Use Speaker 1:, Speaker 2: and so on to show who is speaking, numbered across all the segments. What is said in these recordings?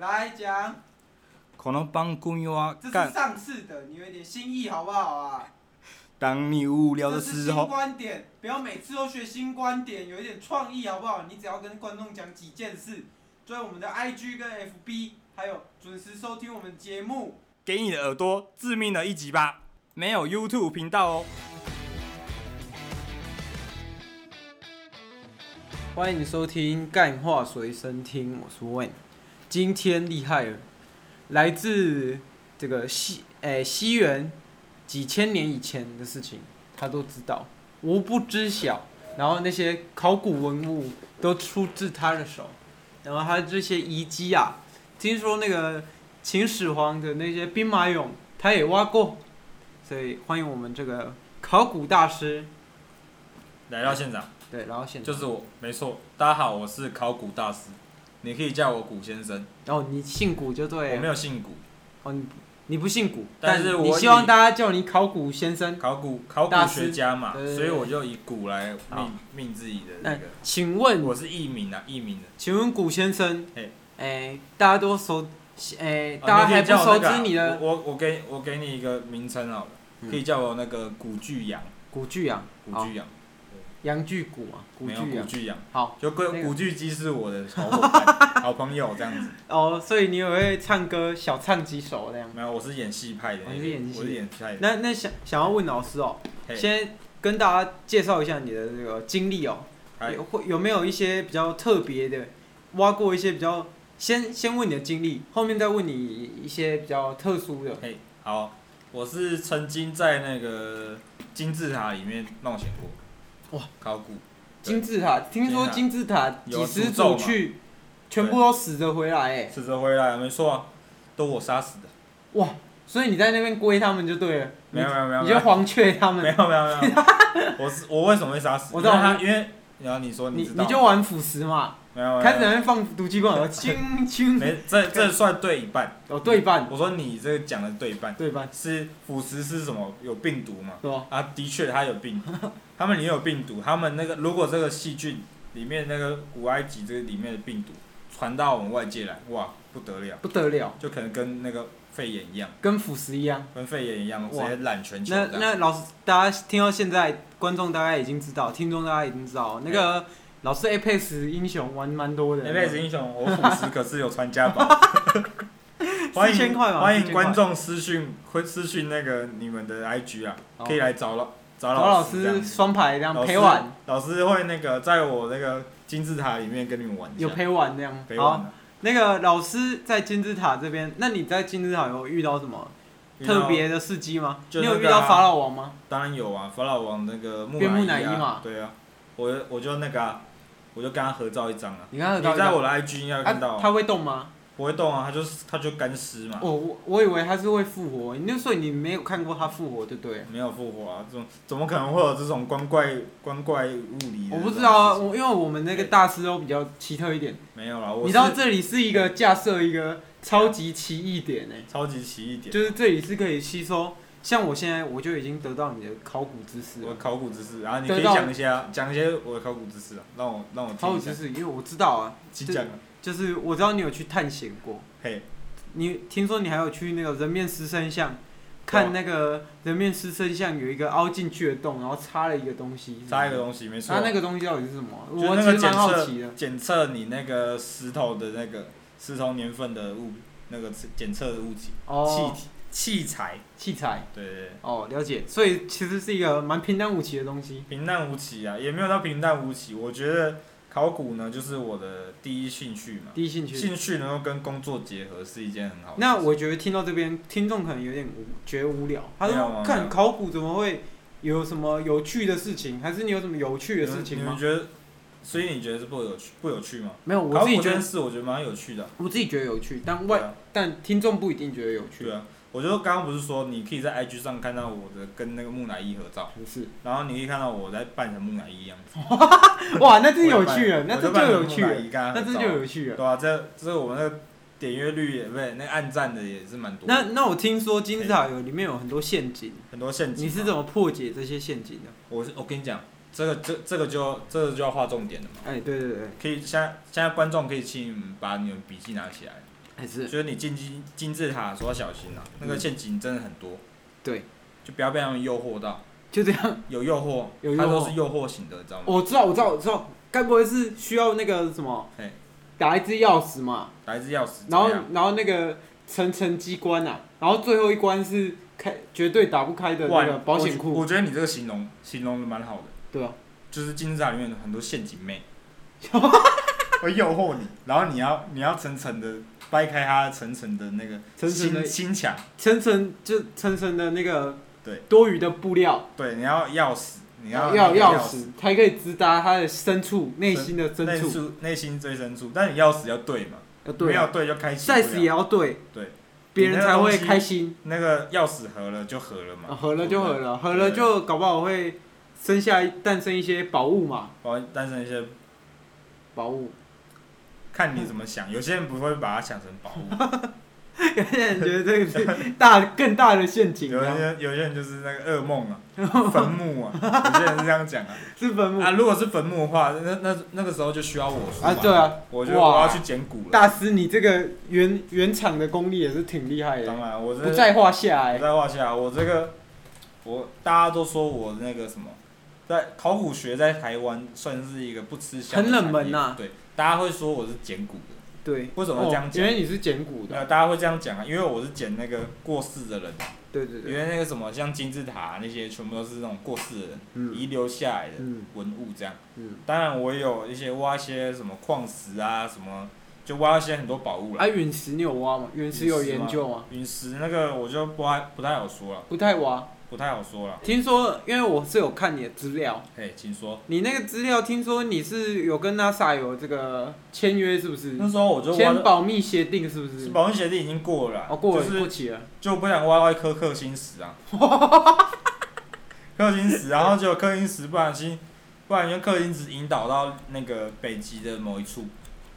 Speaker 1: 来讲，
Speaker 2: 可能帮公友啊
Speaker 1: 这是
Speaker 2: 干。
Speaker 1: 上次的，你有一点新意好不好啊？
Speaker 2: 当你无聊的
Speaker 1: 这
Speaker 3: 哦
Speaker 1: 是
Speaker 2: 时
Speaker 1: 新
Speaker 2: 候，
Speaker 1: 观点，不要每次都学新观点，有一点创意好不好？你只要跟观众讲几件事，追我们的 IG 跟 FB，还有准时收听我们节目。
Speaker 2: 给你的耳朵致命的一击吧。没有 YouTube 频道哦。
Speaker 1: 欢迎收听《干话随身听》，我是 Wayne。今天厉害了，来自这个西诶、西元几千年以前的事情，他都知道，无不知晓。然后那些考古文物都出自他的手，然后他这些遗迹啊，听说那个秦始皇的那些兵马俑，他也挖过，所以欢迎我们这个考古大师。
Speaker 3: 来到现场
Speaker 1: 对，然后现在
Speaker 3: 就是我，没错。大家好，我是考古大师，你可以叫我古先生。
Speaker 1: 然后、哦、你姓古就对
Speaker 3: 我
Speaker 1: 了
Speaker 3: 没。有姓古，
Speaker 1: 哦，你你不姓古，
Speaker 3: 但是
Speaker 1: 你
Speaker 3: 我
Speaker 1: 希望
Speaker 3: 以
Speaker 1: 大家叫你考古先生。
Speaker 3: 考古考
Speaker 1: 大
Speaker 3: 古
Speaker 1: 师
Speaker 3: 学家嘛，
Speaker 1: 对对对
Speaker 3: 所以我就以古来
Speaker 1: 好
Speaker 3: 命命自己的
Speaker 1: 那
Speaker 3: 那个。
Speaker 1: 哎请问，
Speaker 3: 我是艺名啊，艺名的。
Speaker 1: 请问古先生
Speaker 3: 嘿，
Speaker 1: 哎，大家都熟，哎，
Speaker 3: 啊
Speaker 1: 大家
Speaker 3: 你
Speaker 1: 还
Speaker 3: 可以
Speaker 1: 不
Speaker 3: 叫我
Speaker 1: 熟
Speaker 3: 那个啊
Speaker 1: 知你的
Speaker 3: 我我我给我给你一个名称好了，
Speaker 1: 嗯
Speaker 3: 可以叫我那个古巨羊，
Speaker 1: 古巨羊，
Speaker 3: 古巨羊，
Speaker 1: 羊巨骨啊，古
Speaker 3: 没有
Speaker 1: 巨
Speaker 3: 古
Speaker 1: 羊。
Speaker 3: 巨羊，
Speaker 1: 好
Speaker 3: 就
Speaker 1: 那
Speaker 3: 跟
Speaker 1: 个
Speaker 3: 古巨基是我的好伙伴、好朋友这样子。
Speaker 1: 哦，所以你也会唱歌，小唱几首那样。
Speaker 3: 没有，我是演戏派的
Speaker 1: 哦
Speaker 3: 那
Speaker 1: 你是演戏
Speaker 3: 个，我是演戏派的。
Speaker 1: 那那想想要问老师哦，
Speaker 3: 嘿
Speaker 1: 先跟大家介绍一下你的这个经历哦，
Speaker 3: 嗨
Speaker 1: 有会有没有一些比较特别的，挖过一些比较，先先问你的经历，后面再问你一些比较特殊的。
Speaker 3: 嘿，好，我是曾经在那个金字塔里面冒险过，
Speaker 1: 哇，
Speaker 3: 考古，
Speaker 1: 金字塔，听说金字塔几
Speaker 3: 有
Speaker 1: 十
Speaker 3: 诅咒
Speaker 1: 组
Speaker 3: 嘛
Speaker 1: 去，全部都死着回来哎，
Speaker 3: 死着回来，没错、啊，都我杀死的，
Speaker 1: 哇！所以你在那边归他们就对了，
Speaker 3: 没有没有没有，
Speaker 1: 你
Speaker 3: 没有
Speaker 1: 就黄雀他
Speaker 3: 没有
Speaker 1: 们，
Speaker 3: 没有没有，我是我为什么会杀死？
Speaker 1: 我知道
Speaker 3: 因为他因为然后你说
Speaker 1: 你
Speaker 3: 知道
Speaker 1: 你就玩腐蚀嘛，
Speaker 3: 没有没有
Speaker 1: 开始在那边放毒气罐， 然后轻轻，
Speaker 3: 没这这算对一半，
Speaker 1: 哦对半
Speaker 3: 我说你这个讲的对一半，
Speaker 1: 对半
Speaker 3: 是腐蚀是什么？有病毒嘛？
Speaker 1: 是吧？
Speaker 3: 啊，的确，它有病毒，他们也有病毒，他们那个如果这个细菌里面那个古埃及这个里面的病毒传到我们外界来，哇，不得了，
Speaker 1: 不得了，
Speaker 3: 就可能跟那个肺炎一样，
Speaker 1: 跟腐蚀一样。
Speaker 3: 跟肺炎一样，直
Speaker 1: 哇
Speaker 3: 接染全球
Speaker 1: 那
Speaker 3: 这样。
Speaker 1: 那老师，大家听到现在，观众大概已经知道，听众大概已经知道，那个老师 Apex 英雄玩蛮多的
Speaker 3: 那辈子英雄，我腐蚀可是有传家宝。欢
Speaker 1: 4000
Speaker 3: 迎
Speaker 1: 块嘛
Speaker 3: 欢
Speaker 1: 4000
Speaker 3: 迎
Speaker 1: 块
Speaker 3: 观众私讯，会私讯那个你们的 IG 啊，
Speaker 1: 哦
Speaker 3: 可以来找老
Speaker 1: 找
Speaker 3: 找
Speaker 1: 老
Speaker 3: 师这样
Speaker 1: 师
Speaker 3: 子。
Speaker 1: 双排这样
Speaker 3: 老
Speaker 1: 陪
Speaker 3: 师
Speaker 1: 玩，
Speaker 3: 老师会那个在我那个金字塔里面跟你们玩一下
Speaker 1: 有，陪玩这样。
Speaker 3: 陪玩
Speaker 1: 好，
Speaker 3: 啊。
Speaker 1: 那个老师在金字塔这边，那你在金字塔有遇到什么
Speaker 3: 遇到
Speaker 1: 特别的事迹吗？
Speaker 3: 就
Speaker 1: 你有
Speaker 3: 那
Speaker 1: 遇
Speaker 3: 个啊
Speaker 1: 到法老王吗？
Speaker 3: 当然有啊，法老王那个木
Speaker 1: 变木乃
Speaker 3: 乃伊
Speaker 1: 伊
Speaker 3: 啊，
Speaker 1: 嘛
Speaker 3: 对啊，我我就那个、啊，我就跟他合照一张啊。
Speaker 1: 你看
Speaker 3: 你
Speaker 1: 他
Speaker 3: 在我的 IG 应该有看到、嗯
Speaker 1: 啊，他会动吗？
Speaker 3: 不会动啊，他就是他就干尸嘛，
Speaker 1: 哦，我我以为他是会复活，那所以你没有看过他复活，对不对了？
Speaker 3: 没有复活啊，这种怎么可能会有这种光怪光怪物理的？
Speaker 1: 我不知道啊，，我因为我们那个大师都比较奇特一点。
Speaker 3: 没有啦，我
Speaker 1: 你
Speaker 3: 是
Speaker 1: 知道这里是一个架设一个超级奇异点呢、
Speaker 3: 超级奇异点，
Speaker 1: 就是这里是可以吸收。像我现在我就已经得到你的考古知识
Speaker 3: 我的
Speaker 1: 了，
Speaker 3: 考古知识，然啊后你
Speaker 1: 得
Speaker 3: 可以
Speaker 1: 到
Speaker 3: 讲一下，讲一些我的考古知识啊，让我让我
Speaker 1: 考
Speaker 3: 听
Speaker 1: 古
Speaker 3: 一
Speaker 1: 知
Speaker 3: 下，
Speaker 1: 识，因为我知道啊，
Speaker 3: 请讲啊，
Speaker 1: 就是我知道你有去探险过，
Speaker 3: 嘿，
Speaker 1: 你听说你还有去那个人面狮身像，
Speaker 3: 啊
Speaker 1: 看那个人面狮身像有一个凹进去的洞，然后插了一个东西，
Speaker 3: 插一个东西，没错
Speaker 1: 那，那个东西到底是什么啊？
Speaker 3: 就是
Speaker 1: 我
Speaker 3: 那
Speaker 1: 其
Speaker 3: 个
Speaker 1: 实
Speaker 3: 检
Speaker 1: 蛮好
Speaker 3: 测
Speaker 1: 奇的。
Speaker 3: 检测你那个石头的那个石头年份的物那个检测的物体。气
Speaker 1: 哦，
Speaker 3: 体器材，
Speaker 1: 器材，
Speaker 3: 对对对，
Speaker 1: 哦，了解。所以其实是一个蛮平淡无奇的东西。
Speaker 3: 平淡无奇啊，也没有到平淡无奇。我觉得考古呢，就是我的第一兴趣嘛，
Speaker 1: 第一兴趣，
Speaker 3: 兴趣能够跟工作结合是一件很好的事情。
Speaker 1: 那我觉得听到这边，听众可能有点无觉得无聊。他
Speaker 3: 没有啊
Speaker 1: 说：“
Speaker 3: 没
Speaker 1: 看
Speaker 3: 有
Speaker 1: 考古怎么会有什么有趣的事情？还是你有什么有趣的事
Speaker 3: 你
Speaker 1: 情
Speaker 3: 们
Speaker 1: 吗
Speaker 3: 你们觉得，所以你觉得是不有趣不有趣吗？？”
Speaker 1: 没有，我
Speaker 3: 考
Speaker 1: 自
Speaker 3: 古
Speaker 1: 己
Speaker 3: 这
Speaker 1: 觉
Speaker 3: 件
Speaker 1: 得，
Speaker 3: 事我觉得蛮有趣的啊，
Speaker 1: 我自己觉得有趣，但
Speaker 3: 对
Speaker 1: 外
Speaker 3: 啊，
Speaker 1: 但听众不一定觉得有趣
Speaker 3: 对。啊。我就刚刚不是说，你可以在 IG 上看到我的跟那个木乃伊合照，
Speaker 1: 不是，
Speaker 3: 然后你可以看到我在扮成木乃伊一样子，
Speaker 1: 哇，那真
Speaker 3: 我
Speaker 1: 有
Speaker 3: 就扮
Speaker 1: 趣啊了，那
Speaker 3: 我
Speaker 1: 这
Speaker 3: 扮
Speaker 1: 就
Speaker 3: 成
Speaker 1: 有
Speaker 3: 木
Speaker 1: 趣
Speaker 3: 乃
Speaker 1: 了，
Speaker 3: 伊跟他合
Speaker 1: 那这
Speaker 3: 照
Speaker 1: 就
Speaker 3: 啊
Speaker 1: 有趣了。
Speaker 3: 对啊，这这我们那个点阅率也不是那个暗赞的也是蛮多的，
Speaker 1: 那那我听说金字塔有里面有很多陷阱，
Speaker 3: 很多陷阱。
Speaker 1: 你是怎？么破解这些陷阱的？
Speaker 3: 我是我跟你讲，这个这这个就这个就要划重点了嘛。
Speaker 1: 哎，对对对，
Speaker 3: 可以现在现在观众可以请你们把你们笔记拿起来，
Speaker 1: 还哎是 嗯
Speaker 3: 所以你进金金字塔的时候要小心啊，那个陷阱真的很多，
Speaker 1: 对，
Speaker 3: 就不要被他们诱惑到。
Speaker 1: 就这样。
Speaker 3: 有诱惑，
Speaker 1: 有诱惑哦
Speaker 3: 它都是诱惑型的，知道吗？
Speaker 1: 我知道，我知道，我知道，该不会是需要那个什么
Speaker 3: 嘿，
Speaker 1: 打一支钥匙嘛？
Speaker 3: 来自钥匙，
Speaker 1: 然后
Speaker 3: 哎怎样
Speaker 1: 然后那个层层机关啊，然后最后一关是开绝对打不开的
Speaker 3: 哇
Speaker 1: 那个保险
Speaker 3: 我
Speaker 1: 库，
Speaker 3: 我觉得你这个形容形容的蛮好的，
Speaker 1: 对啊吧？
Speaker 3: 就是金字塔里面有很多陷阱 妹，会诱惑你，然后你要你要层层的掰开它层层的那个
Speaker 1: 层层的
Speaker 3: 心心墙，
Speaker 1: 层层就层层的那个
Speaker 3: 对
Speaker 1: 多余的布料，
Speaker 3: 对，你要钥匙，你要
Speaker 1: 要
Speaker 3: 钥
Speaker 1: 钥，匙才可以直达它的深处，内心的深
Speaker 3: 内
Speaker 1: 处。
Speaker 3: 处内心最深处，但你钥匙要对嘛，
Speaker 1: 要对
Speaker 3: 没
Speaker 1: 啊
Speaker 3: 有对就开启不
Speaker 1: size 也
Speaker 3: 了，
Speaker 1: 要对，
Speaker 3: 对，
Speaker 1: 别人才会
Speaker 3: 你那个东西
Speaker 1: 开心。
Speaker 3: 那个钥匙合了就合了
Speaker 1: 啊
Speaker 3: 嘛，
Speaker 1: 合了就合了，合了
Speaker 3: 对
Speaker 1: 就搞不好会生下一诞生一些宝物嘛，
Speaker 3: 我诞生一些
Speaker 1: 宝物。
Speaker 3: 看你怎么想，有些人不会把它想成宝物，
Speaker 1: 有些人觉得这个是大更大的陷阱，
Speaker 3: 有
Speaker 1: 这
Speaker 3: 些
Speaker 1: 样
Speaker 3: 人有些人就是那个噩梦啊， 坟墓啊，有些人是这样讲啊。
Speaker 1: 是坟墓
Speaker 3: 啊，。如果是坟墓的话，那那那个时候就需要我出
Speaker 1: 啊，对，啊，
Speaker 3: 我觉得我要去捡骨了。
Speaker 1: 大师，你这个原原厂的功力也是挺厉害的，
Speaker 3: 当然，我这
Speaker 1: 不在话下
Speaker 3: 不
Speaker 1: 哎。
Speaker 3: 在话下，我这个我大家都说我那个什么，在考古学在台湾算是一个不吃香的
Speaker 1: 很冷门啊
Speaker 3: 产业
Speaker 1: 呐
Speaker 3: 对，大家会说我是捡骨的，
Speaker 1: 对，
Speaker 3: 为什么这样
Speaker 1: 哦
Speaker 3: 讲
Speaker 1: 因为你是捡骨
Speaker 3: 那
Speaker 1: 的，
Speaker 3: 大家会这样讲啊，因为我是捡那个过世的人，
Speaker 1: 对对
Speaker 3: 因
Speaker 1: 对，
Speaker 3: 为那个什么像金字塔、啊那些全部都是那种过世的人
Speaker 1: 嗯
Speaker 3: 遗留下来的
Speaker 1: 嗯
Speaker 3: 文物这样。
Speaker 1: 嗯。
Speaker 3: 当然，我也有一些挖一些什么矿石啊，什么就挖一些很多宝物啦
Speaker 1: 啊，。陨石你有挖吗？陨石有研究吗？
Speaker 3: 陨啊石那个我就不太不太好说了，
Speaker 1: 不太挖。
Speaker 3: 不太好说了。
Speaker 1: 听说，因为我是有看你的资料，
Speaker 3: 嘿，请说。
Speaker 1: 你那个资料听说你是有跟 NASA 有这个签约，是不是？
Speaker 3: 那时候我就挖
Speaker 1: 签
Speaker 3: 了，
Speaker 1: 保密协定是不
Speaker 3: 是
Speaker 1: 是？
Speaker 3: 保温协定已经过了啦，
Speaker 1: 哦，过
Speaker 3: 就
Speaker 1: 了过
Speaker 3: 是
Speaker 1: 期了，
Speaker 3: 就不想挖到一颗氪金 石啊，氪金石，然后结果氪金石不小心，不然用氪金石引导到那个北极的某一处，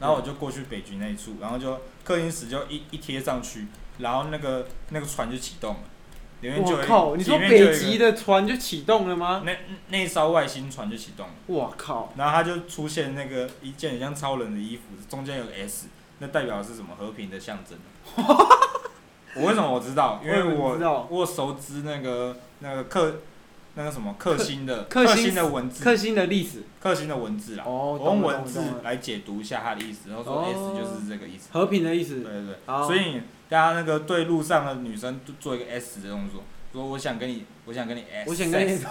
Speaker 3: 然后我就过去北极那一处，然后就氪金石就一一贴上去，然后那个那个船就启动了，里面就有
Speaker 1: 我
Speaker 3: 一
Speaker 1: 靠！你说
Speaker 3: 里面就有一
Speaker 1: 北
Speaker 3: 个
Speaker 1: 极的船就启动了吗？
Speaker 3: 那那艘外星船就启动了，
Speaker 1: 我靠！
Speaker 3: 然后它就出现那个一件很像超人的衣服，中间有个 S，那代表的是什么和平的象 征。我为什么我知道？因为
Speaker 1: 我也不知道
Speaker 3: 我我熟知那个那个克那个什么克星的
Speaker 1: 克克星
Speaker 3: 星的文字，
Speaker 1: 克星的历史
Speaker 3: 克星的文字啦。
Speaker 1: 哦，
Speaker 3: 我用
Speaker 1: 懂了
Speaker 3: 文字
Speaker 1: 懂了懂了
Speaker 3: 来解读一下它的意思，然后说
Speaker 1: 哦
Speaker 3: S 就是这个意思。
Speaker 1: 和平的意
Speaker 3: 对
Speaker 1: 思，
Speaker 3: 对对，
Speaker 1: 好
Speaker 3: 所以大家那个对路上的女生做一个 S 的动作，说我想跟你，我想跟你 S，
Speaker 1: 我想跟你
Speaker 3: sex，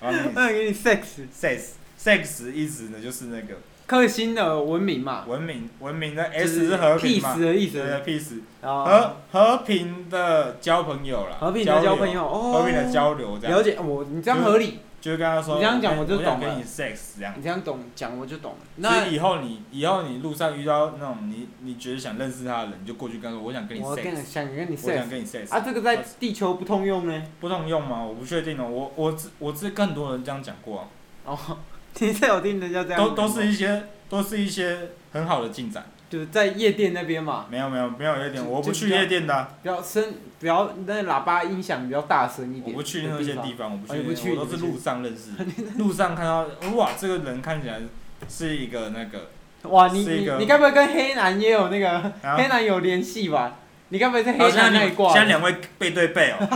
Speaker 3: 然后你
Speaker 1: 那给你 sex
Speaker 3: sex sex 意思呢就是那个
Speaker 1: 克星的文明嘛
Speaker 3: 文明文明的
Speaker 1: 就
Speaker 3: S 是和平嘛
Speaker 1: peace，的意
Speaker 3: 对
Speaker 1: 思，
Speaker 3: peace
Speaker 1: 啊，
Speaker 3: 和和平的交朋友啦，
Speaker 1: 和平的交朋友，
Speaker 3: 流，
Speaker 1: 哦，
Speaker 3: 和平的交流这
Speaker 1: 了
Speaker 3: 样，
Speaker 1: 解我，你这样合理，
Speaker 3: 就是跟他说
Speaker 1: 你这样讲
Speaker 3: 我
Speaker 1: 我
Speaker 3: 跟
Speaker 1: 就
Speaker 3: 我想
Speaker 1: 懂了
Speaker 3: 跟你 sex 这样
Speaker 1: 你。这样懂讲我就懂了。
Speaker 3: 所
Speaker 1: 那
Speaker 3: 以以后你以后你路上遇到那种你你觉得想认识他的人，你就过去跟他说我想跟你
Speaker 1: 我跟
Speaker 3: sex，
Speaker 1: 想跟你
Speaker 3: 我想
Speaker 1: sex
Speaker 3: 跟你 sex，
Speaker 1: 啊，这个在地球不通用呢。
Speaker 3: 不通用吗？我不确定哦，我我只我只跟很多人这样讲过啊，
Speaker 1: 哦， 你是有听人家这样讲
Speaker 3: 都
Speaker 1: 吗，
Speaker 3: 都是一些都是一些很好的进展。
Speaker 1: 就是在夜店那边嘛，
Speaker 3: 没有没有没有夜店，
Speaker 1: 就
Speaker 3: 我不
Speaker 1: 就
Speaker 3: 去
Speaker 1: 比较
Speaker 3: 夜店的啊。
Speaker 1: 比较声比较那喇叭音响比较大声一
Speaker 3: 我
Speaker 1: 点，
Speaker 3: 不去那些地。方，我不去
Speaker 1: 哦你
Speaker 3: 那
Speaker 1: 不
Speaker 3: 些，
Speaker 1: 去
Speaker 3: 我都是路上认识， 路上看到哇，这个人看起来是一个那个，
Speaker 1: 哇，你
Speaker 3: 是一
Speaker 1: 你
Speaker 3: 个
Speaker 1: 你该不会跟黑男也有那个
Speaker 3: 啊
Speaker 1: 黑男有联系吧？你该不会是黑
Speaker 3: 好，现在
Speaker 1: 男
Speaker 3: 你
Speaker 1: 那一
Speaker 3: 们
Speaker 1: 挂
Speaker 3: 现在
Speaker 1: 的？
Speaker 3: 两位背对背 哦，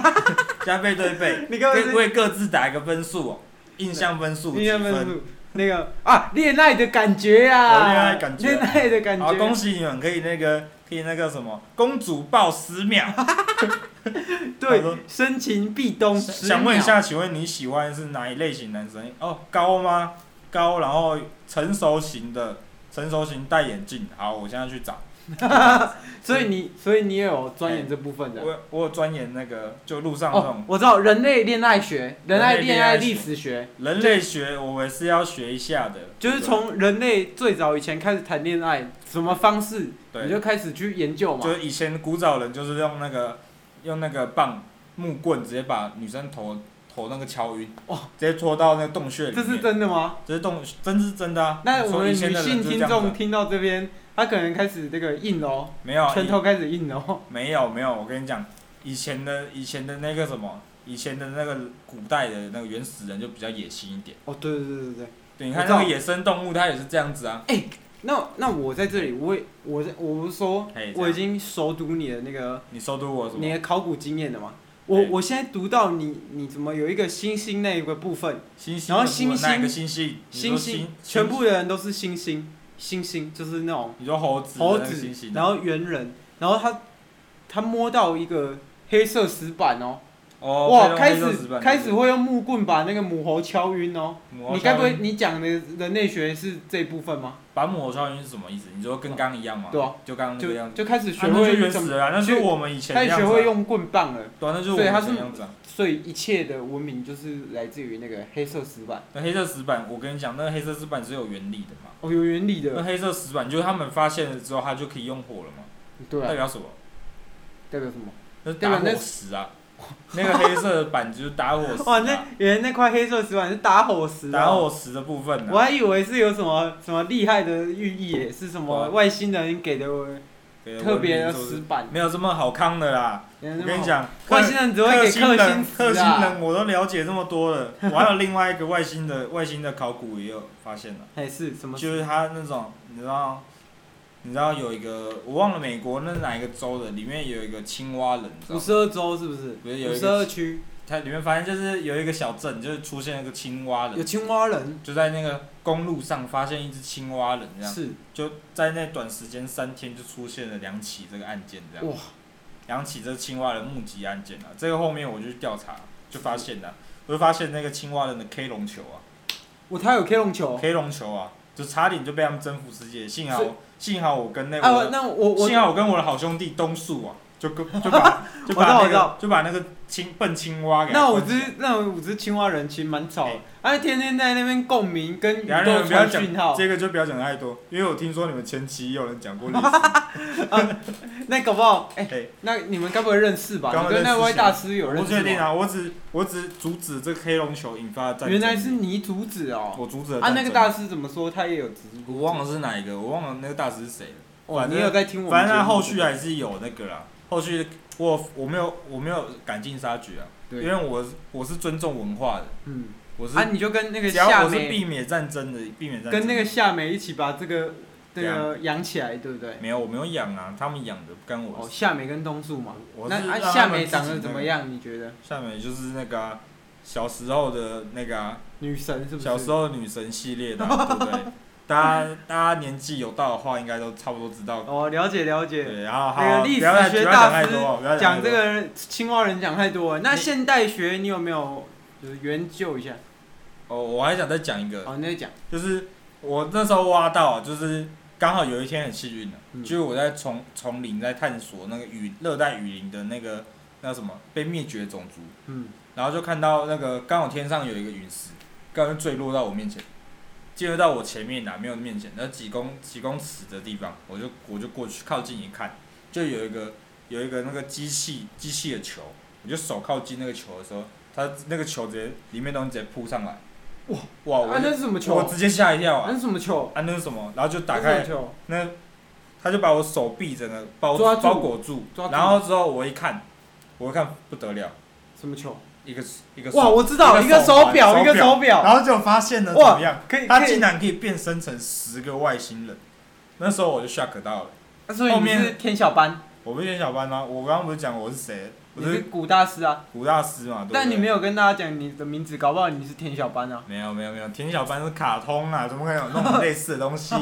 Speaker 3: 现在背对背，
Speaker 1: 你该不会
Speaker 3: 各
Speaker 1: 是
Speaker 3: 位各自打一个分数哦，印象分数
Speaker 1: 你
Speaker 3: 几
Speaker 1: 有没有
Speaker 3: 分？
Speaker 1: 录那个啊，恋爱的感觉
Speaker 3: 哦
Speaker 1: 啊，
Speaker 3: 恋爱感觉
Speaker 1: 恋爱的感
Speaker 3: 好，恭
Speaker 1: 觉，
Speaker 3: 喜你们可以那个可以那个什么，公主抱十秒。好
Speaker 1: 对
Speaker 3: 的，
Speaker 1: 深情壁咚。
Speaker 3: 想
Speaker 1: 十
Speaker 3: 想问一
Speaker 1: 秒，
Speaker 3: 下，请问你喜欢是哪一类型男生？哦，高吗？高，然后成熟型的，成熟型戴眼镜。好，我现在去找。
Speaker 1: 所以你所以你也有钻研这部分的。
Speaker 3: 我我有钻研那个，就路上那
Speaker 1: 哦
Speaker 3: 种，
Speaker 1: 我知道人类恋爱学、人
Speaker 3: 人
Speaker 1: 类
Speaker 3: 类
Speaker 1: 恋
Speaker 3: 恋爱
Speaker 1: 爱
Speaker 3: 学
Speaker 1: 历史学，
Speaker 3: 人类学，我也是要学一下的。
Speaker 1: 就是从人类最早以前开始谈恋爱，什么方式，
Speaker 3: 对
Speaker 1: 你就开始去研究
Speaker 3: 就
Speaker 1: 嘛。
Speaker 3: 是以前古早人就是用那个用那个棒木棍直接把女生头头那个敲晕，
Speaker 1: 哇
Speaker 3: 直接拖到那个洞穴里
Speaker 1: 哦这
Speaker 3: 面。
Speaker 1: 是真的吗？
Speaker 3: 这是洞，真是真的啊。
Speaker 1: 那我
Speaker 3: 说
Speaker 1: 们
Speaker 3: 以
Speaker 1: 女
Speaker 3: 前的人
Speaker 1: 性
Speaker 3: 就是这
Speaker 1: 听
Speaker 3: 样
Speaker 1: 众
Speaker 3: 子啊
Speaker 1: 听到这边，她可能开始这个硬喽，
Speaker 3: 没有啊
Speaker 1: 拳头开始硬哦喽。
Speaker 3: 没有没有，我跟你讲，以前的以前的那个什么，以前的那个古代的那个原始人就比较野性一点。
Speaker 1: 哦，对对对对对。
Speaker 3: 对，你看
Speaker 1: 我知道
Speaker 3: 那个野生动物，它也是这样子啊。
Speaker 1: 哎那那我在这里，我也我在我不是说
Speaker 3: 嘿哎这样
Speaker 1: 我已经熟读你的那个
Speaker 3: 你收读我什
Speaker 1: 你
Speaker 3: 么？
Speaker 1: 的考古经验了嘛？我
Speaker 3: 嘿
Speaker 1: 我现在读到你你怎么有一个星星那一个部分，
Speaker 3: 星星，
Speaker 1: 然后星星
Speaker 3: 哪个星星？你
Speaker 1: 星
Speaker 3: 说
Speaker 1: 星全部的人都是星星星星，就是那种
Speaker 3: 你说猴子的
Speaker 1: 猴
Speaker 3: 那个
Speaker 1: 子
Speaker 3: 星星，
Speaker 1: 然后猿人，然后他他摸到一个黑色石板哦，
Speaker 3: 哦，
Speaker 1: 哇，
Speaker 3: 黑
Speaker 1: 开
Speaker 3: 洞黑洞石
Speaker 1: 始
Speaker 3: 板
Speaker 1: 开始，会用木棍把那个母猴敲晕哦。
Speaker 3: 母猴
Speaker 1: 你该不会
Speaker 3: 效应
Speaker 1: 你讲的人类学是这一部分吗？
Speaker 3: 把母猴效应是什么意思？你说跟刚一样吗？
Speaker 1: 对啊，
Speaker 3: 就刚刚那个
Speaker 1: 就
Speaker 3: 样子，
Speaker 1: 就开始
Speaker 3: 啊
Speaker 1: 学
Speaker 3: 那就
Speaker 1: 会
Speaker 3: 原
Speaker 1: 怎
Speaker 3: 始
Speaker 1: 么，
Speaker 3: 了啊，那是
Speaker 1: 就
Speaker 3: 我们以前的
Speaker 1: 开始
Speaker 3: 样
Speaker 1: 学
Speaker 3: 子啊
Speaker 1: 会，用棍棒了，
Speaker 3: 对啊，那就是我
Speaker 1: 对
Speaker 3: 们
Speaker 1: 它
Speaker 3: 以前
Speaker 1: 是
Speaker 3: 的样子啊。
Speaker 1: 所以一切的文明就是来自于那个黑色石板，
Speaker 3: 那黑色石板，我跟你讲，那个黑色石板是有原理的嘛？
Speaker 1: 哦，有原理
Speaker 3: 那
Speaker 1: 的，
Speaker 3: 黑色石板就是他们发现了之后，它就可以用火了嘛？
Speaker 1: 对
Speaker 3: 代
Speaker 1: 啊，
Speaker 3: 表什么？
Speaker 1: 代表什么？
Speaker 3: 那是打火石啊，那个黑色的板就是打火石、
Speaker 1: 哇，
Speaker 3: 啊
Speaker 1: 那，原来那块黑色石板是打火石
Speaker 3: 打
Speaker 1: 啊！
Speaker 3: 火石的部分呢、
Speaker 1: 我还以为是有什么什么厉害的寓意耶，是什么
Speaker 3: 哦
Speaker 1: 外星人给的
Speaker 3: 对
Speaker 1: 特别的
Speaker 3: 文明就是
Speaker 1: 石板。
Speaker 3: 没有这么好康的啦。
Speaker 1: 我
Speaker 3: 我跟你，讲，
Speaker 1: 外星人只会给
Speaker 3: 星人、
Speaker 1: 克
Speaker 3: 克
Speaker 1: 星
Speaker 3: 星
Speaker 1: 啊，
Speaker 3: 人我都了解这么多了，我还有另外一个外星的外星的考古也有发现了。
Speaker 1: 还是什么？
Speaker 3: 就是他那种，你知道，你知道有一个我忘了美国那哪一个州的，里面有一个青蛙人，你知道
Speaker 1: 五
Speaker 3: 吗？
Speaker 1: 十二州是不是？
Speaker 3: 不是有
Speaker 1: 五
Speaker 3: 一
Speaker 1: 十
Speaker 3: 个
Speaker 1: 二区
Speaker 3: 它里面反正就是有一个小镇，就是出现了一个青蛙
Speaker 1: 有
Speaker 3: 人，
Speaker 1: 青蛙人，
Speaker 3: 就在那个公路上发现一只青蛙人，这样
Speaker 1: 是
Speaker 3: 就在那短时间三天就出现了两起这个案件，这样
Speaker 1: 哇，
Speaker 3: 两起这青蛙人目击案件啊，这个后面我就去调查，就发现了、我就发现那个青蛙人的 K 龙球啊。
Speaker 1: 我他有 K 龙球。
Speaker 3: 黑龙球啊，就差点就被他们征服世界。幸好
Speaker 1: 是
Speaker 3: 幸好我跟那
Speaker 1: 啊，
Speaker 3: 我
Speaker 1: 我
Speaker 3: 的、
Speaker 1: 那我我
Speaker 3: 幸好我跟我的好兄弟东树啊，就 跟就把就把
Speaker 1: 我
Speaker 3: 那
Speaker 1: 知道
Speaker 3: 个就把那个青笨青蛙给它
Speaker 1: 那五
Speaker 3: 关起来
Speaker 1: 只那五只青蛙人其实蛮吵的
Speaker 3: 哎，
Speaker 1: 而且天天在那边共鸣跟宇
Speaker 3: 等一下你
Speaker 1: 宙
Speaker 3: 们不要
Speaker 1: 传讯
Speaker 3: 讲
Speaker 1: 号，
Speaker 3: 这个就不要讲太多，因为我听说你们前期也有人讲过类似 的，
Speaker 1: 那搞不好哎、
Speaker 3: 哎
Speaker 1: 那你们该不会认识吧？
Speaker 3: 刚
Speaker 1: 你
Speaker 3: 好
Speaker 1: 跟那
Speaker 3: 认识
Speaker 1: 位
Speaker 3: 一下
Speaker 1: 大师有
Speaker 3: 我
Speaker 1: 认
Speaker 3: 不
Speaker 1: 识
Speaker 3: 确定
Speaker 1: 吗？
Speaker 3: 啊，我只我只阻止这个黑龙球引发的战争，
Speaker 1: 原来是你阻止哦、
Speaker 3: 我阻止了
Speaker 1: 啊，
Speaker 3: 战
Speaker 1: 那个
Speaker 3: 争
Speaker 1: 大师怎么说？他也有指
Speaker 3: 我忘了是哪一个，我忘了那个大师是谁了。
Speaker 1: 哦，
Speaker 3: 反
Speaker 1: 你
Speaker 3: 正
Speaker 1: 有在听我们
Speaker 3: 反正
Speaker 1: 节
Speaker 3: 他
Speaker 1: 目
Speaker 3: 后续啊还是有那个啦，后续我我没有我没有赶尽杀绝啊，
Speaker 1: 对
Speaker 3: 因为我是我是尊重文化的，
Speaker 1: 嗯，
Speaker 3: 我是、
Speaker 1: 啊，你就跟那个
Speaker 3: 只要
Speaker 1: 夏
Speaker 3: 我是
Speaker 1: 梅
Speaker 3: 避免战争的，避免战争
Speaker 1: 跟那个夏梅一起把这个这个养起来，对不对？
Speaker 3: 没有我没有养啊，他们养的不干我
Speaker 1: 哦，
Speaker 3: 的事。
Speaker 1: 夏梅跟冬树嘛，
Speaker 3: 我
Speaker 1: 那
Speaker 3: 是
Speaker 1: 啊
Speaker 3: 让他
Speaker 1: 夏
Speaker 3: 们
Speaker 1: 梅
Speaker 3: 自
Speaker 1: 长
Speaker 3: 己
Speaker 1: 得
Speaker 3: 那
Speaker 1: 怎么
Speaker 3: 个？
Speaker 1: 样？你觉得
Speaker 3: 夏美就是那个啊、小时候的那个啊、
Speaker 1: 女神是不是？
Speaker 3: 小时候女神系列的啊、对不 对？大家大家年纪有到的话，应该都差不多知道。
Speaker 1: 哦，了解了解。
Speaker 3: 对，然后
Speaker 1: 那个
Speaker 3: 好，不
Speaker 1: 历史
Speaker 3: 要再不
Speaker 1: 学
Speaker 3: 要
Speaker 1: 大
Speaker 3: 讲太
Speaker 1: 师
Speaker 3: 多，不要
Speaker 1: 讲
Speaker 3: 讲
Speaker 1: 这
Speaker 3: 太多
Speaker 1: 个青蛙人讲太多了。那
Speaker 3: 你
Speaker 1: 现代学你有没有就是研究一下？
Speaker 3: 哦，我还想再讲一个，
Speaker 1: 哦，你在讲，
Speaker 3: 就是我那时候挖到，就是刚好有一天很幸运的、
Speaker 1: 嗯
Speaker 3: 就是我在丛丛林在探索那个雨热带雨林的那个那什么被灭绝种族，
Speaker 1: 嗯，
Speaker 3: 然后就看到那个刚好天上有一个陨石，刚好就坠落到我面前，进入到我前面呐、啊没有面前，那几公几公尺的地方，我就我就过去靠近一看，就有一个有一个那个机器机器的球，我就手靠近那个球的时候，它那个球直接里面东西直接扑上来，哇哇！我
Speaker 1: 啊，那是什么球
Speaker 3: 我？直接吓一跳
Speaker 1: 那
Speaker 3: 啊！
Speaker 1: 是什么球？
Speaker 3: 啊，那是什么？然后就打
Speaker 1: 那是
Speaker 3: 开
Speaker 1: 什么球？
Speaker 3: 那，他就把我手臂整个包
Speaker 1: 抓住
Speaker 3: 包裹住
Speaker 1: 抓，住
Speaker 3: 然后之后我一看，我一看不得了，
Speaker 1: 什么球？
Speaker 3: 一个一个
Speaker 1: 哇，
Speaker 3: 手
Speaker 1: 我知道，一个手
Speaker 3: 手
Speaker 1: 表，一个手
Speaker 3: 手
Speaker 1: 表，
Speaker 3: 然后就发现了怎
Speaker 1: 哇
Speaker 3: 么样？
Speaker 1: 可以
Speaker 3: 他
Speaker 1: 可以
Speaker 3: 竟。然可以变身成十个外星人，那时候我就 shock 到了。
Speaker 1: 啊所以
Speaker 3: 后
Speaker 1: 你
Speaker 3: 面
Speaker 1: 是天小班，
Speaker 3: 我不是演小班吗？我刚刚不是讲我是谁？我
Speaker 1: 你是
Speaker 3: 是
Speaker 1: 古大师啊，
Speaker 3: 古大师嘛，对不对？
Speaker 1: 但你没有跟大家讲你的名字，搞不好你是田小班啊。
Speaker 3: 没有没有没有，田小班是卡通啊，怎么可能有那种类似的 东西？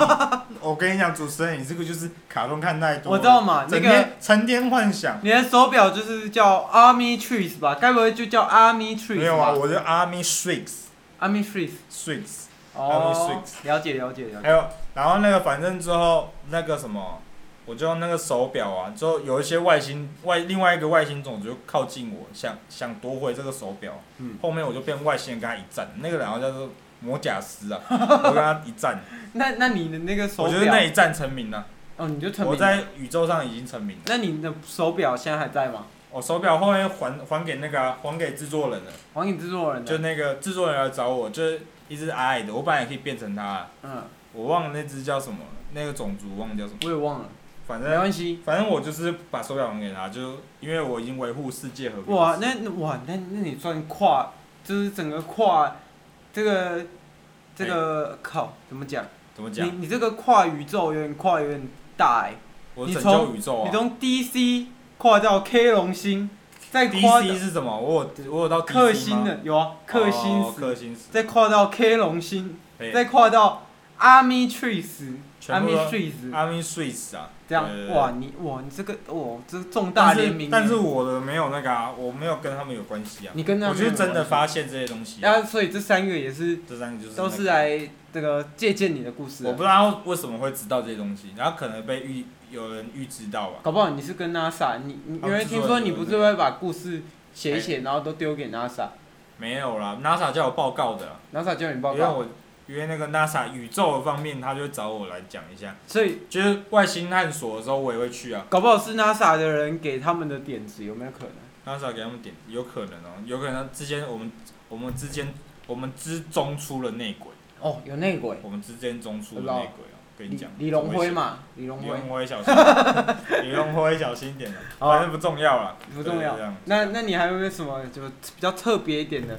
Speaker 3: 我跟你讲，主持人，你这个就是卡通看太多了，
Speaker 1: 我知道嘛
Speaker 3: 整
Speaker 1: 那个
Speaker 3: 天成天幻想。
Speaker 1: 你的手表就是叫 Army Trees 吧？该不会就叫 Army
Speaker 3: 没
Speaker 1: Trees
Speaker 3: 有啊，
Speaker 1: 吧
Speaker 3: 我就 Army Shakes
Speaker 1: ？Army Trees，
Speaker 3: Shakes，
Speaker 1: 哦
Speaker 3: Army，
Speaker 1: 了解了解了解。
Speaker 3: 还有然后那个反正之后那个什么，我就用那个手表啊，之后有一些外星外另外一个外星种族就靠近我，想想夺回这个手表，
Speaker 1: 嗯
Speaker 3: 后面我就变外星人跟他一战，那个然后叫做魔甲师 啊，我跟他一战，
Speaker 1: 那那你的那个手
Speaker 3: 我就是那
Speaker 1: 表，
Speaker 3: 一战成名了、
Speaker 1: 哦，你就成
Speaker 3: 我
Speaker 1: 名。
Speaker 3: 在宇宙上已经成名了。
Speaker 1: 那你的手表现在还在吗？
Speaker 3: 我手表后面还还给那个啊、还给制作人了，
Speaker 1: 黄影制作人啊的，
Speaker 3: 就那个制作人来找我，就是一只矮矮的，我本来也可以变成它啊，
Speaker 1: 嗯，
Speaker 3: 我忘了那只叫什么，那个种族忘了叫什么，
Speaker 1: 我也忘了，
Speaker 3: 反
Speaker 1: 没
Speaker 3: 正
Speaker 1: 关系。
Speaker 3: 反正我就是把手表还给他，就因为我已经维护世界和平。
Speaker 1: 哇，那那哇，那那你算跨，就是整个跨这个这个靠怎么讲？
Speaker 3: 怎么
Speaker 1: 你
Speaker 3: 讲？
Speaker 1: 你这个跨宇宙有点跨有点大哎、
Speaker 3: 我
Speaker 1: 你
Speaker 3: 拯
Speaker 1: 从
Speaker 3: 救宇宙
Speaker 1: 你
Speaker 3: 啊
Speaker 1: 从 DC 跨到 K 龙星，再跨到
Speaker 3: ！DC 是什么？我有我有到 DC
Speaker 1: 克星
Speaker 3: 吗
Speaker 1: 的有啊，克星
Speaker 3: 哦
Speaker 1: 死，
Speaker 3: 克星死，
Speaker 1: 再跨到 K 龙星，
Speaker 3: 嘿
Speaker 1: 再跨到 Army Trees。
Speaker 3: 全部
Speaker 1: Army
Speaker 3: 都
Speaker 1: Trees，
Speaker 3: Army Swiss 啊，
Speaker 1: 这样
Speaker 3: 对对对
Speaker 1: 哇，你哇，你这个哇，这重大
Speaker 3: 但
Speaker 1: 联
Speaker 3: 是
Speaker 1: 名，
Speaker 3: 但是我的没有那个啊，我没有跟他们有关系啊。
Speaker 1: 你跟他
Speaker 3: 我
Speaker 1: 们
Speaker 3: 就是真的
Speaker 1: 有关系
Speaker 3: 发现这些东西、啊，
Speaker 1: 啊，所以这三个也是
Speaker 3: 这三个就是、
Speaker 1: 都是，来这个借鉴你的故事、
Speaker 3: 我
Speaker 1: 啊
Speaker 3: 不，知道为什么会知道这些东西，然后可能被预有人预知到啊吧。
Speaker 1: 搞不好你是跟 NASA，你你
Speaker 3: 他
Speaker 1: 因
Speaker 3: 们
Speaker 1: 为
Speaker 3: 制作
Speaker 1: 听说
Speaker 3: 人
Speaker 1: 你
Speaker 3: 有
Speaker 1: 不
Speaker 3: 那
Speaker 1: 是会把故事写一
Speaker 3: 哎
Speaker 1: 写，然后都丢给 NASA，NASA
Speaker 3: 没有啦，NASA 叫我报告的啊，
Speaker 1: 叫你报
Speaker 3: 因为
Speaker 1: 告，
Speaker 3: 我因为那个 NASA 宇宙方面，他就会找我来讲一下。
Speaker 1: 所以
Speaker 3: 就是外星探索的时候，我也会去啊。
Speaker 1: 搞不好是 NASA 的人给他们的点子，有没有可能？
Speaker 3: NASA 给他们点，有可能哦、有可能之间我们我们之间我们之中出了内鬼，
Speaker 1: 哦，有内鬼，
Speaker 3: 我们之间中出
Speaker 1: 我
Speaker 3: 了
Speaker 1: 知道
Speaker 3: 内鬼哦、跟你
Speaker 1: 李
Speaker 3: 讲，
Speaker 1: 李龙
Speaker 3: 很危
Speaker 1: 辉
Speaker 3: 险
Speaker 1: 嘛，李龙
Speaker 3: 李
Speaker 1: 辉
Speaker 3: 荣辉小心，啊 李荣辉小心一点了，啊
Speaker 1: 好
Speaker 3: 反正不重要了，
Speaker 1: 哦不重要
Speaker 3: 对这样。
Speaker 1: 那那你还有没有什么就比较特别一点的？